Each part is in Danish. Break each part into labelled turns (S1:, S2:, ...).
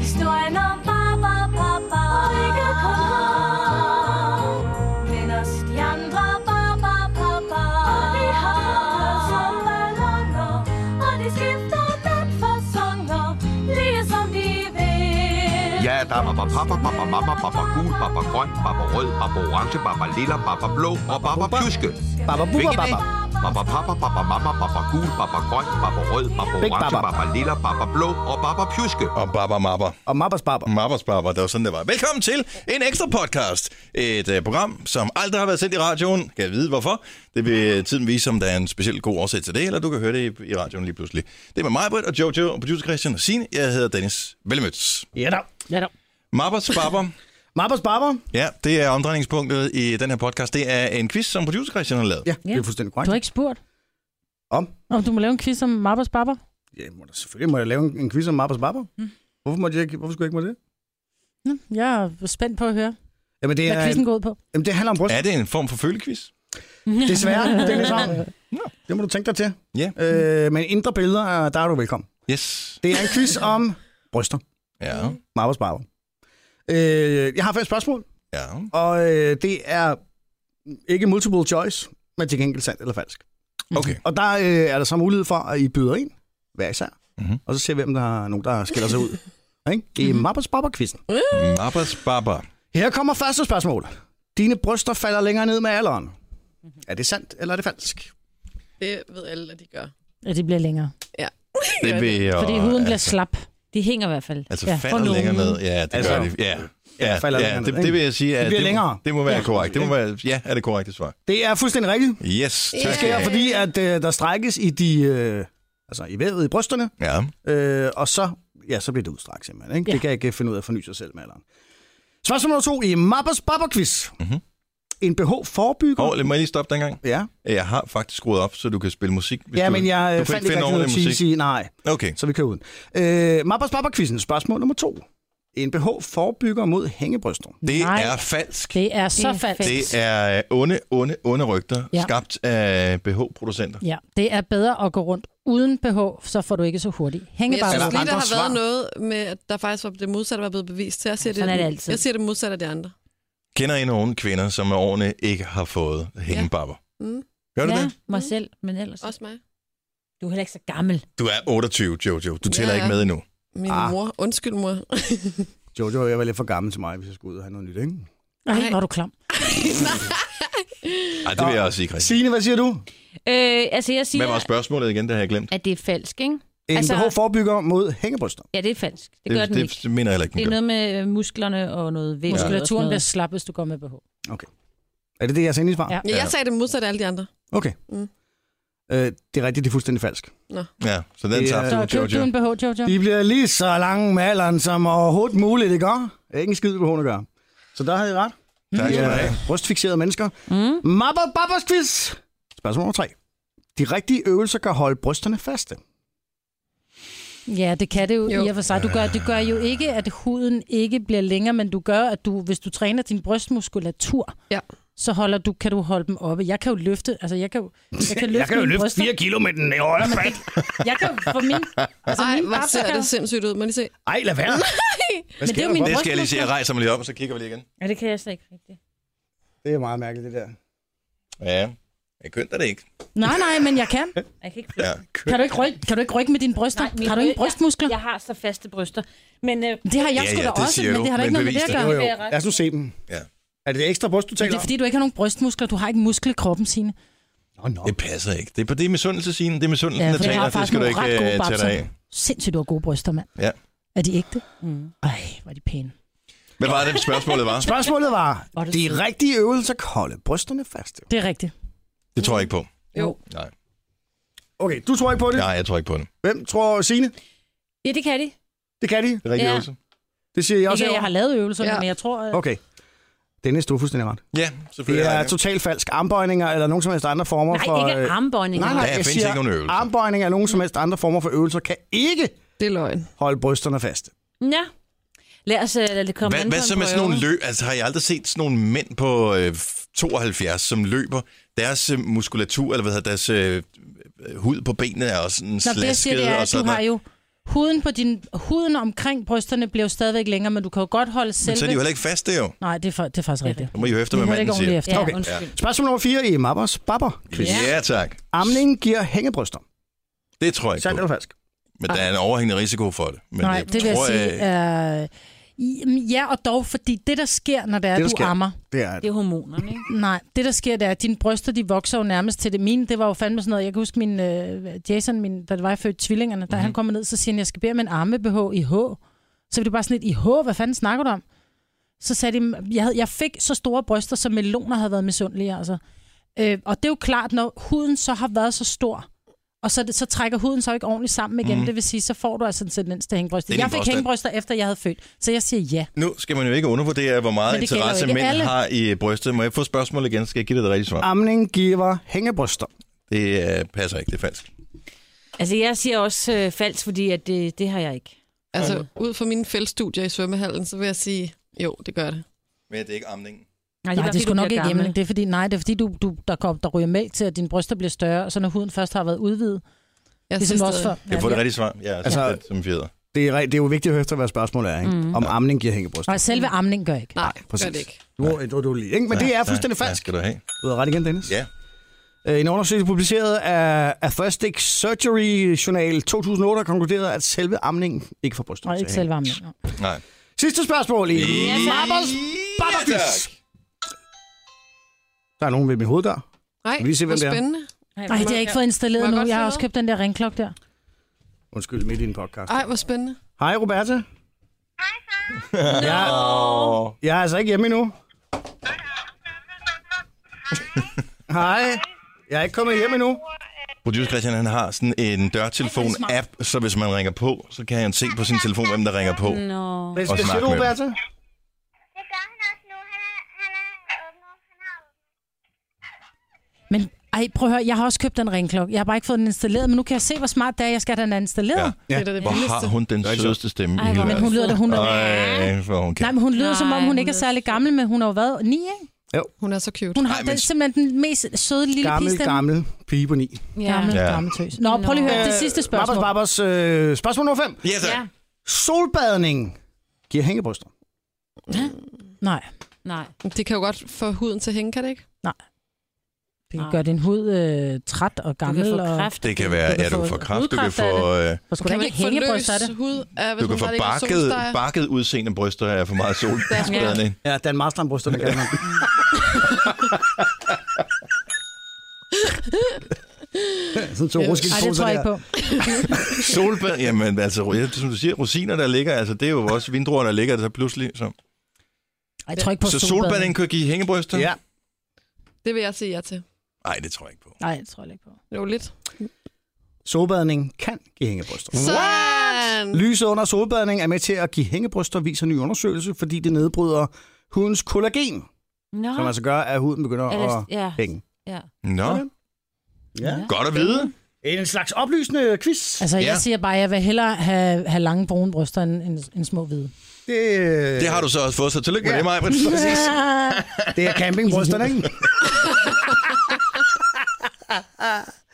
S1: Historien om Baba Papa og ikke kun ham. Men også de andre Baba Papa. Og vi har hopper som ballonger, og de skifter den fasonger, lige som de vil.
S2: Ja, der er baba papa, baba mama, baba gul, baba grøn, baba rød, baba orange, baba lilla, baba blå og baba pjuske.
S3: Baba Bubba
S2: Hvilken dag?
S3: Baba.
S2: Baba papa, baba mama, baba gul, baba grøn, baba rød, baba
S3: Big
S2: orange,
S3: Baba.
S2: baba lilla, baba blå og baba pjuske.
S4: Og Baba Mapper.
S3: Og Mabbers Barber.
S4: Mappers Baba, det var sådan, det var. Velkommen til en ekstra podcast. Et uh, program, som aldrig har været sendt i radioen. Kan jeg vide, hvorfor? Det vil øh, tiden vise, om der er en specielt god årsag til det, eller du kan høre det i, i radioen lige pludselig. Det er med mig, Britt, og Jojo, og producer Christian og Signe. Jeg hedder Dennis Velmødt.
S3: Ja da. Ja da.
S4: Mappers Baba.
S3: Mabbers Barber.
S4: ja, det er omdrejningspunktet i den her podcast. Det er en quiz, som producer Christian har lavet.
S3: Ja, det er fuldstændig korrekt.
S5: Du har ikke spurgt,
S3: Om?
S5: om du må lave en quiz om Mabbers Barber.
S3: Ja, må da, selvfølgelig må jeg lave en, en quiz om Mabbers Barber. Mm. Hvorfor, måtte jeg ikke, hvorfor skulle jeg ikke må det?
S5: Nå, Jeg er spændt på at høre,
S3: Jamen, det,
S5: hvad
S3: er,
S5: quizzen går ud på.
S3: jamen, det handler om bryst.
S4: Er det en form for følequiz?
S3: Desværre, det er lidt sådan.
S4: Nå.
S3: Det må du tænke dig til.
S4: Ja.
S3: Øh, men indre billeder, der er du velkommen.
S4: Yes.
S3: Det er en quiz om bryster.
S4: Ja.
S3: Mabbers Barber. Øh, jeg har fem spørgsmål,
S4: Ja.
S3: og øh, det er ikke multiple choice, men til gengæld sandt eller falsk.
S4: Okay.
S3: Og der øh, er der så mulighed for, at I byder ind hver især.
S4: Mhm. Mhm.
S3: Mm-hmm. Og så ser vi, om der er nogen, der skiller sig ud. Ikke? Det er Mabbers Barber-quizzen.
S4: Mappers Baba.
S3: Her kommer første spørgsmål. Dine bryster falder længere ned med alderen. Er det sandt, eller er det falsk?
S6: Det ved alle, at de gør.
S5: Ja, det bliver længere.
S4: Det vil jeg...
S5: Fordi huden bliver
S4: altså-
S5: slap.
S7: De hænger i hvert fald.
S4: Altså
S5: Ja,
S4: ja,
S5: for
S4: falder længere
S5: nogen.
S4: ned. Ja, det
S3: Altså,
S4: altså, gør det. Ja. Ja,
S3: falder
S4: ja,
S3: længere
S4: det,
S3: ned,
S4: det vil
S3: ikke?
S4: jeg sige. at
S3: bliver
S4: det,
S3: længere.
S4: Må, det må være ja. korrekt. Det må være, ja, er det korrekte svar.
S3: Det er fuldstændig rigtigt.
S4: Yes,
S3: Det
S4: tak skal
S3: sker,
S4: jeg
S3: fordi at, øh, der strækkes i de... Øh, altså i vævet i brysterne,
S4: Ja,
S3: øh, og så, ja, så bliver det udstrakt simpelthen. Ikke? Ja.
S5: Ja.
S3: Det kan ikke finde ud af at forny sig selv med alderen. Spørgsmål nummer to i Mabbers Barber-quiz.
S4: Mhm.
S3: Mm-hmm. En BH forebygger...
S4: og må jeg lige stoppe dengang?
S3: Ja,
S4: Jeg har faktisk skruet op, så du kan spille musik. Hvis
S3: ja
S4: du,
S3: men jeg
S4: du
S3: øh,
S4: kan
S3: fandt ikke
S4: ikke finde
S3: rigtig noget
S4: ordentlig
S3: til at
S4: musik.
S3: sige nej.
S4: Okay,
S3: Så vi kører uden. Øh, Mabbers Barber-quizzen, spørgsmål nummer to. En BH forebygger mod hængebryster.
S4: det
S5: Nej.
S4: er falsk.
S5: Det er så
S7: Det er
S5: falsk.
S4: Det er øh, onde, onde, onde rygter, ja.
S5: Ja.
S4: skabt af BH-producenter.
S5: Ja, det er bedre at gå rundt uden BH, så får du ikke så hurtigt. Hænge
S6: Men jeg
S5: bare
S6: synes
S3: Eller
S6: lige, der
S3: andre
S6: har været
S3: svar.
S6: noget med, at der faktisk var det modsatte, var blevet bevist. Så jeg siger,
S7: Sådan er det altid.
S6: Jeg siger det modsatte af de andre.
S4: Kender I nogen kvinder, som med årene ikke har fået hængebabber?
S6: Mm.
S4: Gør du
S7: ja,
S4: det?
S7: mig selv, men ellers.
S6: Også mig.
S7: Du er heller ikke så gammel.
S4: Du er 28, Jojo. Du tæller
S6: Ja.
S4: ikke med endnu.
S6: Min
S3: Ah.
S6: ah. mor. Undskyld, mor.
S3: Jojo, jeg var lidt for gammel til mig, hvis jeg skulle ud og have noget nyt, ikke?
S5: Nej, hvor er du klam.
S4: Ej, det vil jeg også sige, Christian.
S3: Signe, hvad siger du?
S7: Øh, altså, jeg siger,
S4: Hvad var spørgsmålet igen, det har jeg glemt?
S7: at det er falsk, ikke?
S3: En altså...
S7: Altså-
S3: BH forebygger mod hængebryster.
S7: Ja, det er falsk. Det, det gør den
S4: det,
S7: ikke.
S4: Det mener jeg heller ikke,
S7: Det
S4: den
S7: er
S4: gør.
S7: noget med øh, musklerne og noget væv.
S5: Muskulaturen
S7: og
S5: bliver
S7: sådan
S5: slap, hvis du går med BH.
S3: Er det det, jeres endelige svar?
S5: Ja.
S6: Ja,
S4: Ja.
S6: jeg sagde det modsatte af alle de andre.
S3: Okay. Mm.
S6: Mm.
S3: Øh, det er rigtigt, det er fuldstændig falsk.
S4: Ja, så den
S3: Det er-
S5: Så
S4: tager du,
S5: køb du
S4: Jojo.
S5: en BH, Jojo.
S3: De bliver lige så lange med alderen som overhovedet muligt, ikke? også? Det er ikke en skid, BH'en gør. Så der havde I ret.
S4: Tak
S3: I
S4: skal du
S3: er
S4: have.
S3: brystfixerede mennesker.
S7: noget. Mm.
S3: Mapper Babbers quiz! Spørgsmål nummer tre. De rigtige øvelser kan holde brysterne faste.
S5: Ja, det kan det jo,
S6: Jo.
S5: jo. i og for sig. Du gør, det gør jo ikke, at huden ikke bliver længere, men du gør, at du, hvis du træner din brystmuskulatur,
S6: Ja.
S5: så holder du, kan du holde dem oppe. Jeg kan jo løfte, altså jeg kan jo, jeg kan løfte mine bryster.
S3: kilo med den højre fat.
S5: Jeg kan jo få min, altså
S6: Ej,
S5: min
S6: hvor
S5: babser
S6: ser
S5: kan
S6: det sindssygt ud. Må lige se.
S3: Ej, lad være.
S5: Men det er jo min
S4: Det skal jeg lige se. Jeg rejser mig lige op, og så kigger vi lige igen.
S7: Ja, det kan jeg slet ikke rigtigt.
S3: Det er meget mærkeligt, det der.
S4: Ja, jeg kønter det ikke.
S5: Nej, nej, men jeg kan.
S7: Jeg kan ikke
S4: Ja.
S5: Kan du ikke rykke, kan du ikke rykke med dine bryster?
S7: Nej,
S5: Nej,
S7: min
S5: har du ikke
S7: ryg-
S5: brystmuskler? Ja,
S7: Jeg har så faste bryster. Men øh,
S5: Det har jeg
S4: Ja,
S5: sgu
S4: ja,
S5: da
S4: det
S5: også,
S4: siger
S5: men
S4: jo,
S5: det har da
S4: men
S5: ikke noget med det
S4: bevis det.
S5: at gøre.
S3: Jo,
S5: Men
S3: jo.
S7: Det er ret.
S3: Lad os nu se dem.
S4: Ja.
S3: Er det det ekstra bryst, du
S5: Det
S3: taler
S5: er fordi, du ikke har nogen brystmuskler. Du har ikke muskler i kroppen, Signe.
S3: om? Nå, nå.
S4: Det passer ikke. Det er på det misundelse, Signe. Det er misundelsen,
S5: Ja,
S4: ja, der
S5: for jeg
S4: taler.
S5: har
S4: Det
S5: faktisk
S4: skal du
S5: nogle
S4: ikke
S5: ret gode
S4: øh, tage
S5: babser.
S4: dig af.
S5: Sindssygt, du har gode bryster, mand.
S4: Ja.
S5: Er de ægte? Mm. Ej, hvor er de pæne.
S4: Hvad var det, spørgsmålet var?
S3: Spørgsmålet var,
S7: Var det
S3: de rigtige øvelser kan holde brysterne faste.
S5: Det er rigtigt.
S4: Det tror jeg ikke på.
S6: Jo.
S4: Nej,
S3: Okay, du tror ikke på det.
S4: Nej jeg tror ikke på det.
S3: Hvem tror Signe?
S7: ja, det kan de.
S3: Det kan de.
S4: Det er rigtig
S7: Ja.
S4: øvelse.
S3: Det siger jeg også.
S5: Ikke, at jeg
S3: herovre.
S5: har lavet øvelser, ja.
S6: Ja.
S5: men jeg tror... at-
S3: Okay. Dennis, du er fuldstændig ret.
S4: Ja,
S3: Det
S4: selvfølgelig. har
S3: er
S4: jeg Det
S3: totalt falsk. Armbøjninger eller nogen som helst andre former
S7: Nej,
S3: for...
S7: ikke
S3: øh,
S7: armbåndinger.
S3: Nej,
S4: Der
S3: nej,
S4: findes
S3: jeg
S4: ikke
S3: siger,
S4: nogen øvelser.
S3: armbøjninger eller nogen som helst andre former for øvelser kan ikke
S6: Det er løgn.
S3: holde brysterne faste.
S7: Ja. Lad os
S5: øh,
S7: uh, lade det komme
S4: Hvad,
S7: an
S4: hvad
S7: på
S4: så
S7: en
S4: med sådan
S7: prøve.
S4: nogle løb? Altså, har jeg aldrig set sådan nogle mænd på øh, 72, som løber? Deres øh, muskulatur, eller hvad hedder deres øh, hud på benene er også sådan
S5: Nå, det jeg siger, det
S4: slasket
S5: er,
S4: og
S5: at du
S4: sådan
S5: har
S4: noget.
S5: jo Huden, på din, huden omkring brysterne bliver jo stadigvæk længere, men du kan jo godt holde selv.
S4: Men så er de jo heller ikke fast, det jo.
S5: Nej, det er, for, det er faktisk rigtigt.
S4: Så må I jo efter, hvad
S5: Det er
S4: manden
S5: ikke ordentligt
S4: siger.
S5: efter.
S7: Ja,
S5: Okay.
S7: undskyld.
S3: Spørgsmål nummer 4 i Mappers Babber.
S4: Ja, tak.
S3: Amning giver hængebryster.
S4: Det tror jeg ikke
S3: Sandt
S4: på.
S3: eller falsk?
S4: Men der er en overhængende risiko for det. Men
S5: Nej,
S4: jeg
S5: det vil jeg
S4: tror,
S5: sige. Øh, i- ja, og dog, fordi det, der sker, når det er,
S3: Det, der
S5: det, du
S3: sker.
S5: sker. ammer,
S3: Det er
S7: Det er hormonerne, ikke?
S5: Nej, det der sker, det er, at dine bryster, de vokser jo nærmest til det. Mine, det var jo fandme sådan noget. Jeg kan huske, min øh, Jason, min, da det var jeg fødte tvillingerne,
S4: Mhm.
S5: da mm-hmm. han kommer ned, så siger han, jeg skal bede med en arme BH i H. Så var det bare sådan lidt, i H, hvad fanden snakker du om? Så sagde de, jeg, havde, jeg fik så store bryster, som meloner havde været misundelige, altså. Øh, og det er jo klart, når huden så har været så stor, og så, er det, så trækker huden så ikke ordentligt sammen igen. Mm. Det vil sige, så får du altså en tendens til hængebryster.
S4: Mhm. Det er
S5: Jeg
S4: din
S5: fik
S4: påstand.
S5: hængebryster, efter jeg havde født. Så jeg siger ja.
S4: Nu skal man jo ikke undervurdere, hvor meget
S5: Men det gælder jo
S4: interesse
S5: ikke
S4: mænd alle.
S5: alle.
S4: har i brystet. Må jeg få spørgsmål igen, så skal jeg give dig det rigtige svar.
S3: Amning giver hængebryster.
S4: Det øh, passer ikke, det er falsk.
S7: Altså, jeg siger også øh, falsk, fordi at det, det har jeg ikke.
S6: Altså, ud fra mine fældstudier i svømmehallen, så vil jeg sige, jo, det gør det.
S4: Men det er ikke amningen.
S7: Nej,
S5: Nej,
S7: bare,
S5: det er
S7: fordi,
S5: sgu
S7: du
S5: nok
S7: bliver
S5: ikke
S7: gammel.
S5: hjemme. Det er fordi, nej, det er fordi, du, du, der, kom, der ryger mælk til, at dine bryster bliver større, og så når huden først har været udvidet,
S6: Jeg
S5: ligesom
S6: synes
S5: også før.
S6: stadig-
S4: Kan jeg få det rigtige svar? Ja, altså,
S3: Altså-
S4: altså, som fjeder.
S3: Det er, re- det er jo vigtigt at høre, efter, hvad spørgsmålet er, ikke? Mm. Om amning giver hængebryster.
S5: Og selve amning gør ikke.
S6: Nej,
S3: præcis.
S6: gør det ikke.
S3: Du, du, du, lige, ikke? Men det er fuldstændig
S4: Ja, ja,
S3: falsk.
S4: skal du have?
S3: Du er ret igen, Dennis.
S4: Ja.
S3: Øh, En undersøgelse publiceret af Athletic Surgery Journal 2008 har konkluderet, at selve amningen ikke får bryster.
S5: Og
S3: til
S5: ikke
S3: at
S5: selve amning. Nå.
S4: Nej.
S3: hænge. Sidste spørgsmål i Mappers
S4: Ja,
S3: Babberquiz.
S4: tak.
S3: Der er nogen ved min hoveddør.
S6: Nej,
S3: Kan vi se, hvem
S6: hvor
S3: det er?
S6: spændende.
S5: Nej, det har jeg ikke fået
S6: Må
S5: installeret
S6: jeg
S5: nu.
S6: godt
S5: Jeg har
S6: sidde?
S5: også købt den der ringklokke der.
S3: Undskyld, midt i en podcast.
S6: Ej, hvor spændende.
S3: Hej, Roberta. Hej, far. Jeg, jeg er altså ikke hjemme endnu. Hej. Jeg er ikke kommet hjem endnu.
S4: Producer Christian, han har sådan en dørtelefon-app, så hvis man ringer på, så kan han se på sin telefon, hvem der ringer på.
S7: Nå.
S3: Hvad
S4: Og
S3: hvad siger
S4: snak
S3: du,
S4: med dem.
S3: Roberta?
S8: Det gør han også nu. Han er, han er åbner. Han har åbnet.
S5: Men ej, prøv at høre, jeg har også købt den ringklokke. Jeg har bare ikke fået den installeret, men nu kan jeg se, hvor smart det er, jeg skal have den installeret.
S4: Ja.
S5: Ja.
S6: Ja. Det er da det
S4: Hvor har
S6: vildeste.
S4: hun den sødeste stemme i
S7: Ej,
S4: hele
S7: hvor
S5: Men
S4: verden?
S5: hun lyder da, hun
S4: Ej, hvor hun kan.
S5: Nej, men hun lyder, som om
S7: Nej,
S5: hun
S7: hun
S5: ikke er
S7: lyder
S5: særlig gammel, men hun har jo været ni, ikke?
S6: Hun er så cute.
S5: Hun har
S4: Ej,
S5: Ej,
S4: men-
S5: den, simpelthen den mest søde lille
S3: Gammel,
S5: pige
S3: gammel pige på ni.
S7: Ja.
S5: Gammel,
S4: Ja.
S5: gammel tøs. Nå, prøv lige at høre det sidste spørgsmål.
S3: Barbers, Barbers, øh, spørgsmål nummer 5.
S4: Ja, altså, tak.
S7: ja.
S3: Solbadning giver hængebryster.
S5: Nej,
S7: Nej.
S6: Det Mm, kan jo godt få huden til at hænge, kan det ikke?
S5: det
S7: Nej.
S5: gør din hud øh, træt og
S7: Du kan
S5: gammel.
S7: få
S5: og...
S7: kræft.
S4: Det kan være,
S5: kan
S4: ja, du
S5: få
S4: kan få kraft, du kan
S7: hudkræft af
S4: få, øh,
S5: Og skulle der
S6: Kan man
S5: ikke
S6: ikke få
S5: hænge
S6: løs
S5: bryst af det?
S6: hud af, hvis
S4: du kan
S6: man
S4: få
S6: har ligget i
S4: bakket,
S6: solsteg?
S4: bakket udseende bryster af for meget sol. Ja.
S3: Ja, Dan Marstrand brysterne kan man. Sådan to ruskild
S5: Ej, det tror jeg ikke på.
S4: Solbad, jamen altså, ja, som du siger, rosiner, der ligger, altså det er jo også vindruer, der ligger, der pludselig. Så,
S5: Ej, jeg tror ikke på
S4: så
S5: solbadning.
S4: solbadning kan give hængebryster?
S3: Ja.
S6: Det vil jeg sige ja til.
S4: Nej, det tror jeg ikke på.
S5: Nej, det tror jeg ikke på.
S6: Jo, lidt.
S3: Solbadning kan give hængebryster.
S6: Sådan!
S3: Lyset under solbadning er med til at give hængebryster, viser en ny undersøgelse, fordi det nedbryder hudens kollagen,
S7: Nå.
S5: Ah.
S3: som altså gør, at huden begynder at
S7: Ellers, ja.
S3: hænge.
S7: ja.
S4: Nå,
S3: Okay. Ja.
S4: godt at vide.
S3: En slags oplysende quiz.
S5: Altså, jeg
S4: Ja.
S5: siger bare, at jeg vil hellere have, have lange brune bryster end, end, end små hvide.
S3: Det,
S4: Det har du så også fået, så tillykke med det, Maja.
S3: det er campingbrysterne, ikke?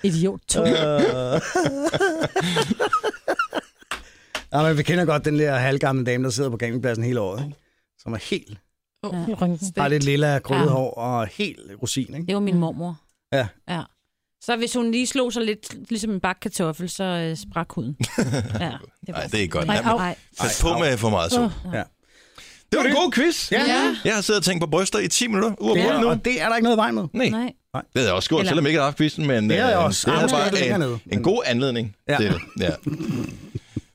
S5: Idiot. To.
S4: Øh.
S3: Øh. Ja, men vi kender godt den der halvgamle dame, der sidder på campingpladsen hele året, ikke? som er helt, har lidt lilla krødehår og helt rosin. Ikke?
S7: Det var min mormor.
S3: Ja.
S7: ja. Så hvis hun lige slog sig lidt, ligesom en bakke kartoffel, så øh, sprak huden. Ja,
S4: Nej, det er ikke godt.
S5: Nej,
S4: Jamen,
S5: au.
S7: Nej.
S4: Pas på med for meget sol.
S3: Ja.
S4: Det var en god quiz.
S6: Ja.
S4: Jeg har siddet og tænkt på bryster i 10 minutter, uafbrudt
S3: Ja,
S4: nu.
S3: og det er der ikke noget i vejen med.
S4: Nej,
S7: Nej.
S4: det havde jeg også gjort, selvom jeg ikke havde haft quizzen, men
S3: Det havde jeg
S4: øh,
S3: også.
S4: det
S3: Ah,
S4: havde
S3: måske er det
S4: bare
S3: længere
S4: en,
S3: nede,
S4: en
S3: men-
S4: god anledning
S3: Ja.
S4: ja. til det. Ja.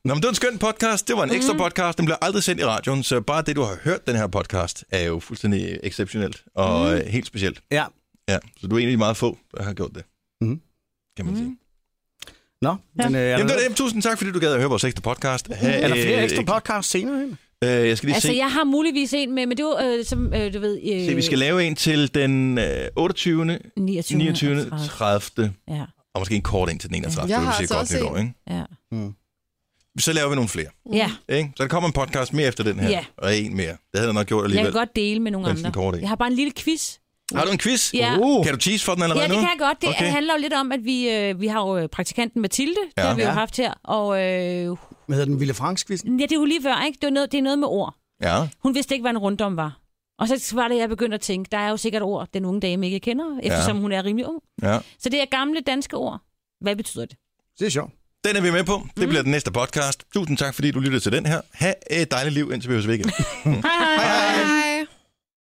S4: Nå, men det var en skøn podcast. Det var en ekstra podcast. Den blev aldrig sendt i radioen, så bare det, du har hørt den her podcast, er jo fuldstændig exceptionelt og mm. helt specielt.
S3: Ja.
S4: Ja, så du er en af de meget få, der har gjort det.
S3: Mhm.
S4: Kan man sige.
S3: Nå, men øh, er,
S4: Jamen,
S3: der,
S4: det var det. Tusind tak, fordi du gad at høre vores ekstra podcast. Ha,
S3: er der flere
S4: øh,
S3: ekstra podcasts senere hen?
S4: Øh, jeg skal lige
S7: Altså,
S4: se.
S7: jeg har muligvis en med, men det var, øh, som øh, du ved... Øh,
S4: se. Vi skal lave en til den øh, 28.,
S7: 29.
S4: 29.,
S7: 30.
S4: 30.
S7: Ja,
S4: Og måske en kort en til den 31.
S6: Jeg
S4: det vil
S6: har
S4: sige
S6: altså
S4: godt
S6: også
S4: nytår,
S6: en.
S4: ikke?
S7: ja.
S4: Så laver vi nogle flere.
S7: Ja,
S4: Ikke? Så der kommer en podcast mere efter den her.
S7: Ja.
S4: Og en mere. Det havde jeg nok gjort
S7: jeg
S4: alligevel.
S7: kan godt dele med nogle
S4: Mens den korte
S7: andre.
S4: en.
S7: Jeg har bare en lille quiz.
S4: Har du en quiz?
S7: Ja.
S4: Uh. Kan du tease for den allerede
S7: Ja, det
S4: nu?
S7: kan jeg godt. Det
S4: Okay.
S7: okay. handler jo lidt om, at vi, øh, vi har jo øh, praktikanten Mathilde, ja. det har vi jo
S3: Ja.
S7: haft her, og øh,
S3: Hvad hedder den? Ville fransk -quizzen?
S7: Ja, det er jo lige før, ikke? Det er noget, det er noget med ord.
S4: Ja.
S7: Hun vidste ikke, hvad en runddom var. Og så var det, jeg begyndte at tænke, der er jo sikkert ord, den unge dame ikke kender, eftersom ja. hun er rimelig ung.
S4: Ja.
S7: Så det er gamle danske ord. Hvad betyder det?
S3: Det er sjovt.
S4: Den er vi med på. Det bliver
S7: Mhm.
S4: den næste podcast. Tusind tak, fordi du lyttede til den her. Ha' et dejligt liv, indtil vi høres ved igen.
S7: Hej hej!
S6: Hej.